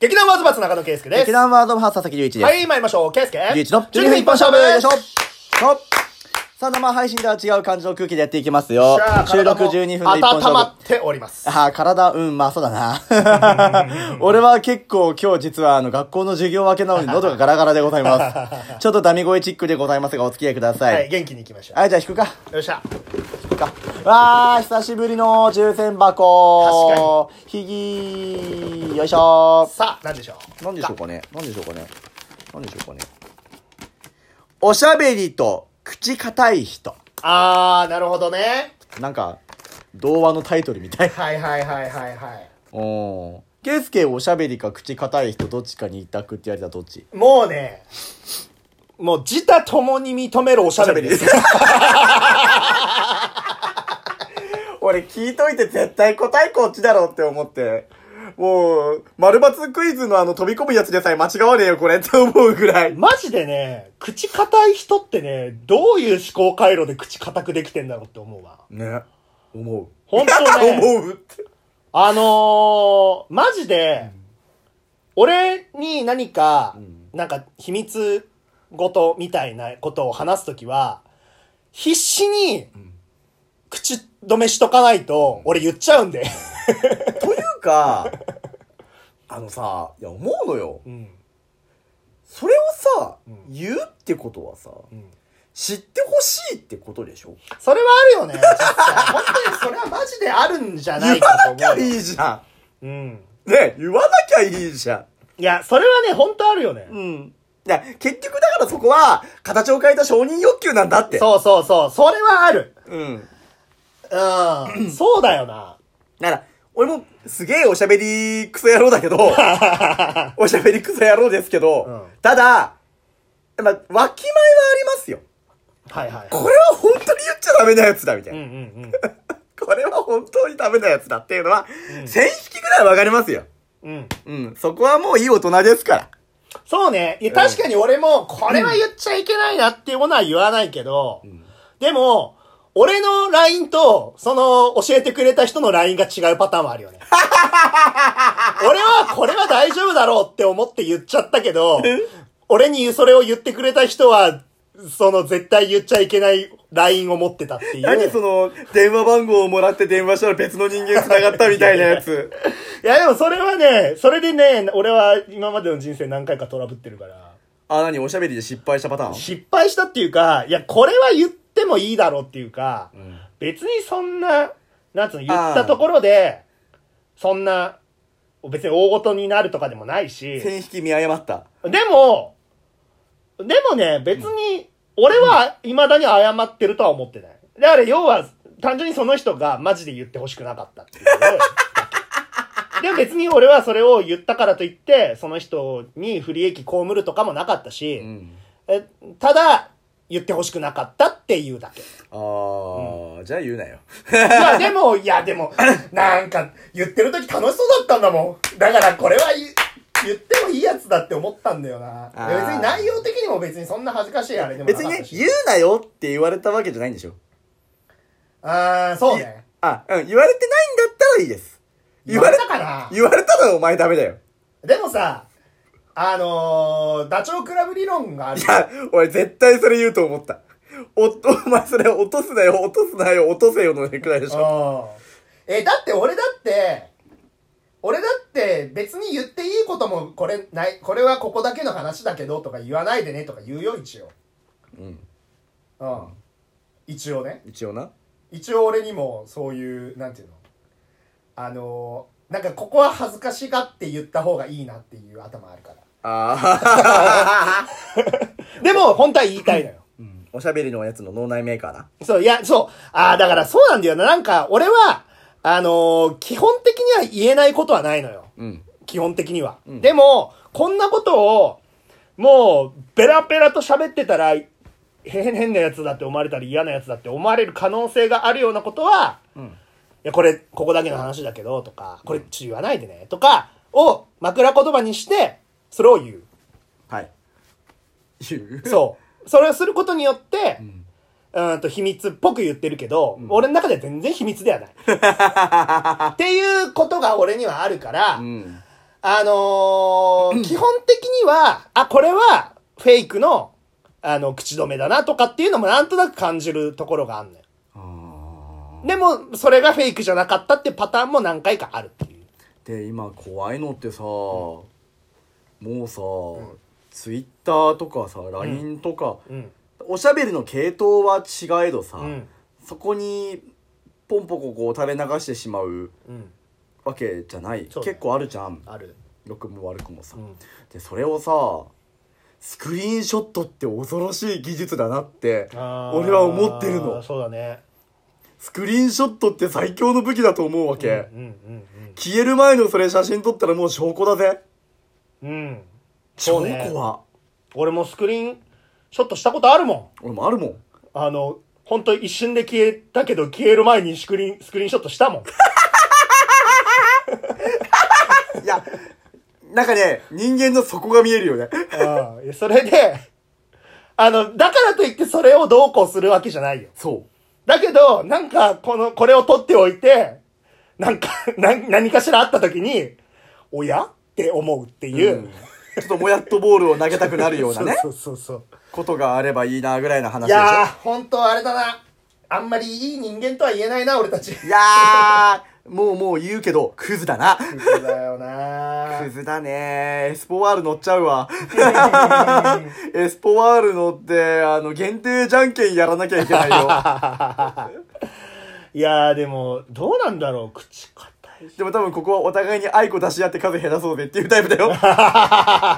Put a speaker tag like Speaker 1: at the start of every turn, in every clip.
Speaker 1: 劇団ワズバツ中野圭介です。
Speaker 2: 劇団ワードオブハーツ佐々木隆一です。
Speaker 1: はい、参りましょう。圭介。
Speaker 2: 隆一の
Speaker 1: 12分一本勝負
Speaker 2: よいしょよいさあ、生配信では違う感情空気でやっていきますよ
Speaker 1: じゃあ。
Speaker 2: 収録
Speaker 1: 体も
Speaker 2: 12分で一本勝
Speaker 1: 温ま
Speaker 2: 負
Speaker 1: っ。ております。
Speaker 2: ああ、体、うん、まあそうだな。 俺は結構今日実はあの学校の授業明け なのに喉がガラガラでございます。ちょっとダミ声チックでございますがお付き合いください。
Speaker 1: は、
Speaker 2: はいい、
Speaker 1: 元気に行きましょ
Speaker 2: じゃあ引くか。
Speaker 1: う。よっしゃ。
Speaker 2: 引くか。わー、久しぶりの抽選箱。確かに。ひぎー、よいしょー。
Speaker 1: さあ、何でしょう。
Speaker 2: 何でしょうかね何でしょうかね何でしょうかねおしゃべりと口固い人。
Speaker 1: あー、なるほどね。
Speaker 2: なんか、童話のタイトルみたい。
Speaker 1: はいはいはいはいはい。
Speaker 2: おー。ケイスケおしゃべりか口固い人どっちかに一択って言われたらどっち
Speaker 1: もうね、もう自他ともに認めるおしゃべりです。
Speaker 2: 俺聞いといて絶対答えこっちだろうって思って。もう、丸抜クイズのあの飛び込むやつでさえ間違わねえよこれって思うぐらい。
Speaker 1: マジでね、口固い人ってね、どういう思考回路で口固くできてんだろうって思うわ。
Speaker 2: ね。思う。
Speaker 1: ほんとね
Speaker 2: 思うって。
Speaker 1: あのー、マジで、俺に何か、
Speaker 2: ん
Speaker 1: なんか秘密事みたいなことを話すときは、必死に口止めしとかないと、俺言っちゃうんで。
Speaker 2: というか、 あのさ、いや思うのよ。
Speaker 1: うん。
Speaker 2: それをさ、
Speaker 1: うん
Speaker 2: 言うってことはさ、
Speaker 1: うん
Speaker 2: 知ってほしいってことでしょ
Speaker 1: それはあるよ ね、実際。本当にそれはマジであるんじゃ
Speaker 2: 言わ
Speaker 1: ないかと
Speaker 2: なき
Speaker 1: 思
Speaker 2: ゃ
Speaker 1: うよ。
Speaker 2: いいじゃ
Speaker 1: うん。
Speaker 2: んね言わなきゃいいじゃ
Speaker 1: いや、それはね、本当あるよね。
Speaker 2: んうん。いや、結局だからそこは、形を変えた承認欲求なんだって。
Speaker 1: そうそうそう、それはある。
Speaker 2: う。うん。
Speaker 1: うん。 そうだよな。
Speaker 2: だから、俺もすげえおしゃべりクソ野郎 だけど、おしゃべりクソ野郎ですけど、
Speaker 1: うん
Speaker 2: ただ、まあ、わきまえはありますよ。
Speaker 1: はいはい。
Speaker 2: これは本当に言っちゃダメなやつだ、みたい
Speaker 1: うんう
Speaker 2: な。
Speaker 1: ん
Speaker 2: これは本当にダメなやつだっていうのは、
Speaker 1: うん
Speaker 2: 1000匹ぐらいわかりますよ。
Speaker 1: うん。うん。
Speaker 2: うん、そこはもういい大人ですから。
Speaker 1: そうね。いや、
Speaker 2: うん
Speaker 1: 確かに俺も、これは言っちゃいけないなっていうものは言わないけど、でも、俺の LINE と、その、教えてくれた人の LINE が違うパターンもあるよ ね。俺は、これは大丈夫だろうって思って言っちゃったけど、俺にそれを言ってくれた人は、その、絶対言っちゃいけない LINE を持ってたっていう。
Speaker 2: 何その、電話番号をもらって電話したら別の人間繋がったみたいなやつ。
Speaker 1: いや、でもそれはね、それでね、俺は今までの人生何回かトラブってるから。
Speaker 2: あ、何おしゃべりで失敗したパターン
Speaker 1: 失敗したっていうか、いや、これは言ってもいいだろうっていうか、
Speaker 2: ん
Speaker 1: 別にそんな、なんつうの、言ったところで、そんな、別に大ごとになるとかでもないし、で
Speaker 2: 線引き見誤った。
Speaker 1: も、でもね、別に、俺は未だに謝ってるとは思ってない。だから要は、単純にその人がマジで言ってほしくなかったっていう。でも別に俺はそれを言ったからといって、その人に不利益被るとかもなかったし、
Speaker 2: ん。
Speaker 1: えただ、言ってほしくなかったっていうだけ。
Speaker 2: あー、じゃあ言うなよ。
Speaker 1: いや、でも、いや、でも、なんか、言ってる時楽しそうだったんだもん。だから、これは言言ってもいいやつだって思ったんだよな。
Speaker 2: あ
Speaker 1: 別
Speaker 2: ー
Speaker 1: に内容的にも別にそんな恥ずかしいあれでもな
Speaker 2: 別
Speaker 1: か
Speaker 2: に
Speaker 1: っ
Speaker 2: ね
Speaker 1: た、し。
Speaker 2: 言うなよって言われたわけじゃないんでしょ
Speaker 1: あー、そうね。
Speaker 2: あ、うん、言われてないんだったらいいです。言われ
Speaker 1: た、かな
Speaker 2: 言われたらお前ダメだよ。
Speaker 1: でもさ、あのー、ダチョウ倶楽部理論がある
Speaker 2: い。や、俺絶対それ言うと思った。お、お前それ落とすなよ、落とすなよ、落とせよのくらいでしょ。
Speaker 1: うんえだって俺だって俺だって別に言っていいこともこれないこれはここだけの話だけどとか言わないでねとか言うよ一応
Speaker 2: うん。
Speaker 1: うん一応ね
Speaker 2: 一応な。
Speaker 1: 一応俺にもそういうなんていうのあのーなんかここは恥ずかしがって言った方がいいなっていう頭あるから
Speaker 2: ああ。
Speaker 1: でも本当は言いたいのよ
Speaker 2: うん。 おしゃべりのやつの脳内メーカーな。
Speaker 1: そう、いや、そう。ああ、だからそうなんだよな。なんか、俺は、あのー基本的には言えないことはないのよ。
Speaker 2: うん。
Speaker 1: 基本的には。
Speaker 2: うん
Speaker 1: でも、こんなことを、もう、ペラペラと喋ってたら、変変なやつだって思われたり嫌なやつだって思われる可能性があるようなことは、
Speaker 2: うん。
Speaker 1: いや、これ、ここだけの話だけど、とか、これ、ちょっと言わないでね、とか、を枕言葉にして、それを言う。
Speaker 2: はい。言う
Speaker 1: そう。それをすることによって、
Speaker 2: ん
Speaker 1: うーんと秘密っぽく言ってるけど、俺の中では 全然秘密ではない。っていうことが俺にはあるから、
Speaker 2: うん。
Speaker 1: ああのー基本的には、あ、これはフェイクの、あの、口止めだなとかっていうのもなんとなく感じるところがあんのよ。でも、それがフェイクじゃなかったってパターンも何回かあるっていう。
Speaker 2: で今怖いのってさ、もうさ、ツイッターとかさ LINE とか、
Speaker 1: うん。
Speaker 2: おしゃべりの系統は違えどさ、
Speaker 1: うん
Speaker 2: そこにポンポコこう垂れ流してしまう
Speaker 1: うん。
Speaker 2: わけじゃない、
Speaker 1: そうだよ
Speaker 2: 結構あるじゃん
Speaker 1: ある。
Speaker 2: 良くも悪くもさ、
Speaker 1: うん。
Speaker 2: でそれをさスクリーンショットって恐ろしい技術だなって俺は思ってるの
Speaker 1: そうだね。
Speaker 2: スクリーンショットって最強の武器だと思うわけ、
Speaker 1: うんうん
Speaker 2: 消える前のそれ写真撮ったらもう証拠だぜ
Speaker 1: うん。うん。そ
Speaker 2: 証
Speaker 1: うね
Speaker 2: 拠は
Speaker 1: 俺もスクリーンショットしたことあるもん。
Speaker 2: 俺もあるもん
Speaker 1: あの、ほんと一瞬で消えたけど、消える前にスクリーン、スクリーンショットしたもん。
Speaker 2: いやなんかね人間の底が見えるよね
Speaker 1: うんいや。それで、あの、だからといってそれをどうこうするわけじゃないよ。
Speaker 2: そ
Speaker 1: だけど、なんか、この、これを取っておいて、なんか、 な、何かしらあった時に、おやって思うって
Speaker 2: う、
Speaker 1: いうう。
Speaker 2: んちょっともやっとボールを投げたくなるようなね
Speaker 1: そうそうそうそう。
Speaker 2: ことがあればいいなぐらいの話
Speaker 1: い
Speaker 2: でしょ
Speaker 1: やー、本当あれだな。あんまりいい人間とは言えないな、俺たち。
Speaker 2: いやーもうもう言うけどクズだな
Speaker 1: そうだよな
Speaker 2: クズだねーエスポワール乗っちゃ うわエスポワール乗ってあの限定じゃんけんやらなきゃいけないよ
Speaker 1: いやー、でも、どうなんだろう、口硬い。
Speaker 2: でも多分ここはお互いに愛子出し合って数減らそうぜっていうタイプだよ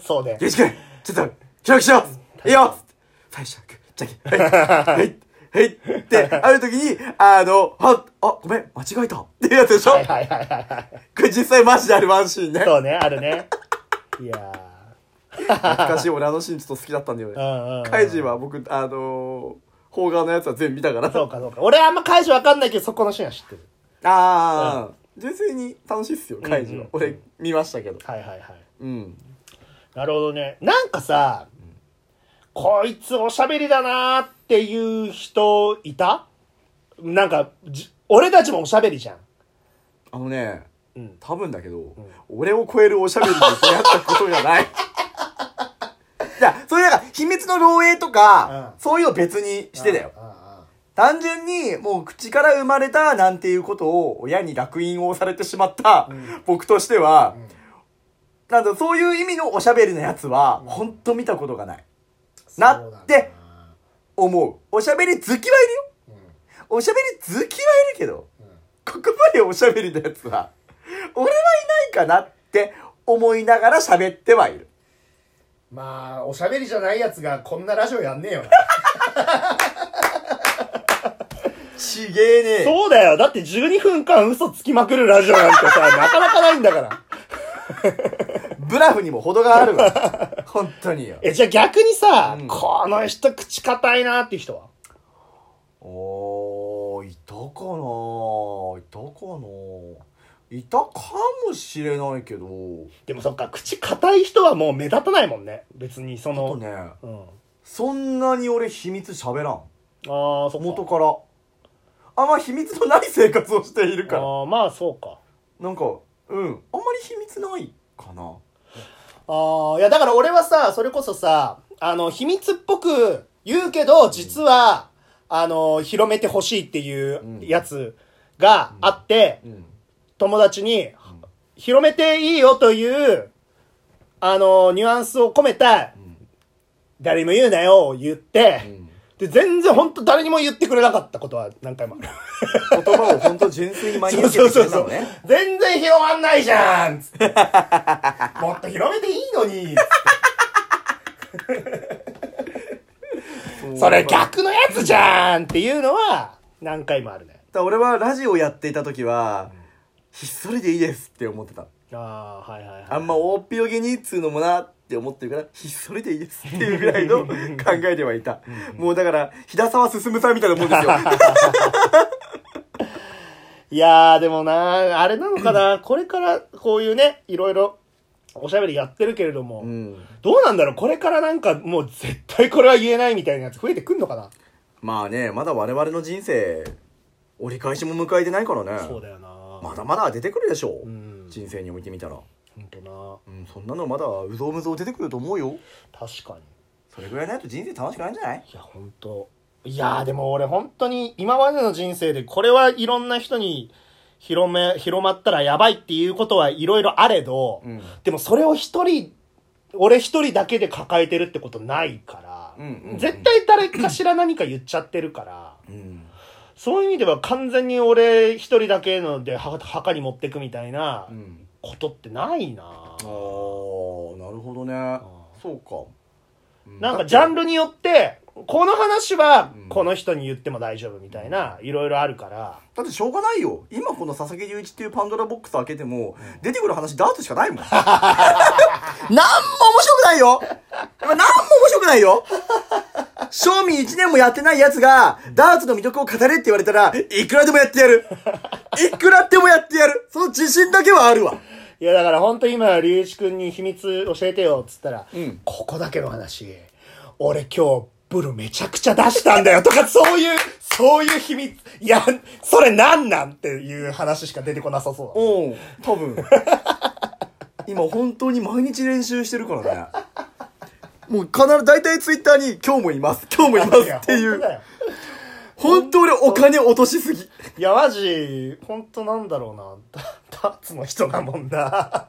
Speaker 1: そうね。
Speaker 2: よし君ちょっと協力しよういいよ最初はグーじゃんけんはいはいはいってある時にあのああごめん間違えたっていうやつでしょ、
Speaker 1: はいはいはいはいはい。
Speaker 2: これ実際マジであるワンシーンね
Speaker 1: そうね、あるね。いや
Speaker 2: 懐かしい俺あのシーンちょっと好きだったんだよ
Speaker 1: ー。う
Speaker 2: ね
Speaker 1: んうんうん。
Speaker 2: カイジは僕あのー、邦画のやつは全部見たから
Speaker 1: そうかそうか。俺あんま解除わかんないけど、そこのシーンは知ってる。
Speaker 2: ああ、純粋に楽しいっすよ、カイジ
Speaker 1: うんう
Speaker 2: は。
Speaker 1: ん
Speaker 2: 俺、見ましたけど。
Speaker 1: はいはいはい。
Speaker 2: うん。
Speaker 1: なるほどね。なんかさ、こいつおしゃべりだなーっていう人いたなんかじ、俺たちもおしゃべりじゃん。
Speaker 2: あのね、
Speaker 1: うん
Speaker 2: 多分だけど、俺を超えるおしゃべりに出会ったことが ない。いや、そういうなんか、秘密の漏洩とか、
Speaker 1: うん
Speaker 2: そういうの別にしてだよ。
Speaker 1: うんうんうん。
Speaker 2: 単純に、もう口から生まれたなんていうことを親に烙印をされてしまった、僕としては、なんだ、そういう意味のおしゃべりのやつは、ほんと見たことがない。な
Speaker 1: そうだ
Speaker 2: って思う。おしゃべり好きはいるよ。おしゃべり好きはいるけど、ここまでおしゃべりのやつは、俺はいないかなって思いながら喋ってはいる。
Speaker 1: まあ、おしゃべりじゃないやつがこんなラジオやんねえよな。
Speaker 2: ちげえねえ。
Speaker 1: そうだよ。だって12分間嘘つきまくるラジオなんてさ、なかなかないんだから。
Speaker 2: ブラフにも程がある わ。本当によ。
Speaker 1: え、じゃあ逆にさ、
Speaker 2: うん
Speaker 1: この人口硬いなっていう人は
Speaker 2: おー、いたかないたかないたかもしれないけど、
Speaker 1: でもそっか、口硬い人はもう目立たないもんね。別にそ
Speaker 2: あと
Speaker 1: の。
Speaker 2: ね、
Speaker 1: うん。
Speaker 2: そんなに俺秘密喋らん。
Speaker 1: ああ、そ
Speaker 2: 元
Speaker 1: こ
Speaker 2: から。あんま秘密のない生活をしている
Speaker 1: か。
Speaker 2: から。
Speaker 1: ああ、まあそうか。
Speaker 2: なんか、うん。あんまり秘密ないかな。
Speaker 1: ああ、いやだから俺はさ、それこそさ、あの、秘密っぽく言うけど、実は、あの、広めてほしいっていうやつがあって、
Speaker 2: うん。
Speaker 1: 友達に、広めていいよという、あの、ニュアンスを込めた、誰にも言うなよを言って、
Speaker 2: ん
Speaker 1: で、全然本当誰にも言ってくれなかったことは何回もある。
Speaker 2: 言葉を本当純粋に真に
Speaker 1: そう
Speaker 2: 受
Speaker 1: そ
Speaker 2: け
Speaker 1: う
Speaker 2: てく
Speaker 1: そ
Speaker 2: れ
Speaker 1: う
Speaker 2: た
Speaker 1: そ
Speaker 2: の
Speaker 1: う
Speaker 2: ね。。
Speaker 1: 全然広まんないじゃんつ ってもっと広めていいのにつっ てそれ逆のやつじゃんっていうのは何回もあるね。
Speaker 2: だ俺はラジオやっていた時は、ひっそりでいいですって思ってた。
Speaker 1: ああ、はいはいはい。
Speaker 2: あんま大っぴろげにっつうのもなって思ってるから、ひっそりでいいですっていうぐらいの考えではいた。もうだから、日田沢進さんみたいなもんですよ。
Speaker 1: いやー、でもな、あれなのかな、これからこういうね、いろいろおしゃべりやってるけれども、
Speaker 2: うん。
Speaker 1: どうなんだろうこれからなんかもう絶対これは言えないみたいなやつ増えてくんのかな、
Speaker 2: まあね、まだ我々の人生、折り返しも迎えてないからね。
Speaker 1: そうだよな。
Speaker 2: まだまだ出てくるでしょう。
Speaker 1: うん
Speaker 2: 人生においてみたら。
Speaker 1: ほんとな
Speaker 2: うん、そんなのまだうぞうむぞう出てくると思うよ
Speaker 1: 確かに
Speaker 2: それぐらいないと人生楽しくないんじゃない
Speaker 1: いや、本当いやー、でも俺本当に今までの人生でこれはいろんな人に広め、広まったらやばいっていうことはいろいろあれど、
Speaker 2: うん
Speaker 1: でもそれを一人、俺一人だけで抱えてるってことないから、
Speaker 2: うんうんうん
Speaker 1: 絶対誰かしら何か言っちゃってるから、
Speaker 2: うん
Speaker 1: そういう意味では完全に俺一人だけのでは墓に持ってくみたいな
Speaker 2: うん
Speaker 1: ことってないな
Speaker 2: ああなるほどねそうかう
Speaker 1: なんかジャン
Speaker 2: ル
Speaker 1: ルによって、この話は
Speaker 2: うん
Speaker 1: この人に言っても大丈夫みたいな、いろいろあるから。
Speaker 2: だってしょうがないよ今この佐々木隆一っていうパンドラボックス開けても出てくる話ダーツしか ないもんなんも面白くないよなんも面白くないよ賞味1年もやってない奴がダーツの魅力を語れって言われたらいくらでもやってやるいくらでもやってやるその自信だけはあるわ
Speaker 1: いや、だから本当今、隆一くんに秘密教えてよ、っつったら、
Speaker 2: うん
Speaker 1: ここだけの話、俺今日、ブルめちゃくちゃ出したんだよとか、そういう、そういう秘密、いや、それなんなんっていう話しか出てこなさそう
Speaker 2: うん多分今本当に毎日練習してるからねもう必ず大体ツイッターに「今日もいます今日もいます」
Speaker 1: だ。
Speaker 2: ってい
Speaker 1: や本当だ
Speaker 2: う
Speaker 1: よ
Speaker 2: 本当俺お金落としすぎ
Speaker 1: いや、マジ、本当なんだろうな。ダーツの人がもんだ。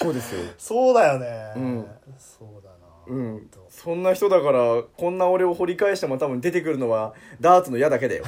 Speaker 2: そうですよ
Speaker 1: そうだよね。
Speaker 2: うん
Speaker 1: そうだな。
Speaker 2: うんそんな人だからこんな俺を掘り返しても多分出てくるのはダーツの矢だ けだよ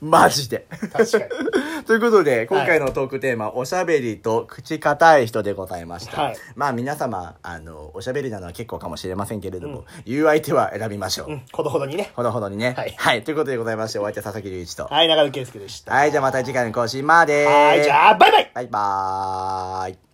Speaker 2: マジで
Speaker 1: 確かに。
Speaker 2: ということで、今回のトークテーマ、おしゃべりと口固い人でございました。
Speaker 1: はい
Speaker 2: まあ皆様、あの、おしゃべりなのは結構かもしれませんけれども、言う相手は選びましょう。
Speaker 1: うん、ほどほどにね。
Speaker 2: ほどほどにね。
Speaker 1: は
Speaker 2: はいい。ということでございまして、お相手は佐々木隆一と。はい、
Speaker 1: はい、中野圭介でした。
Speaker 2: じゃあまた次回の更新まで
Speaker 1: はい、じゃあ、バイバイ
Speaker 2: バイバーイ。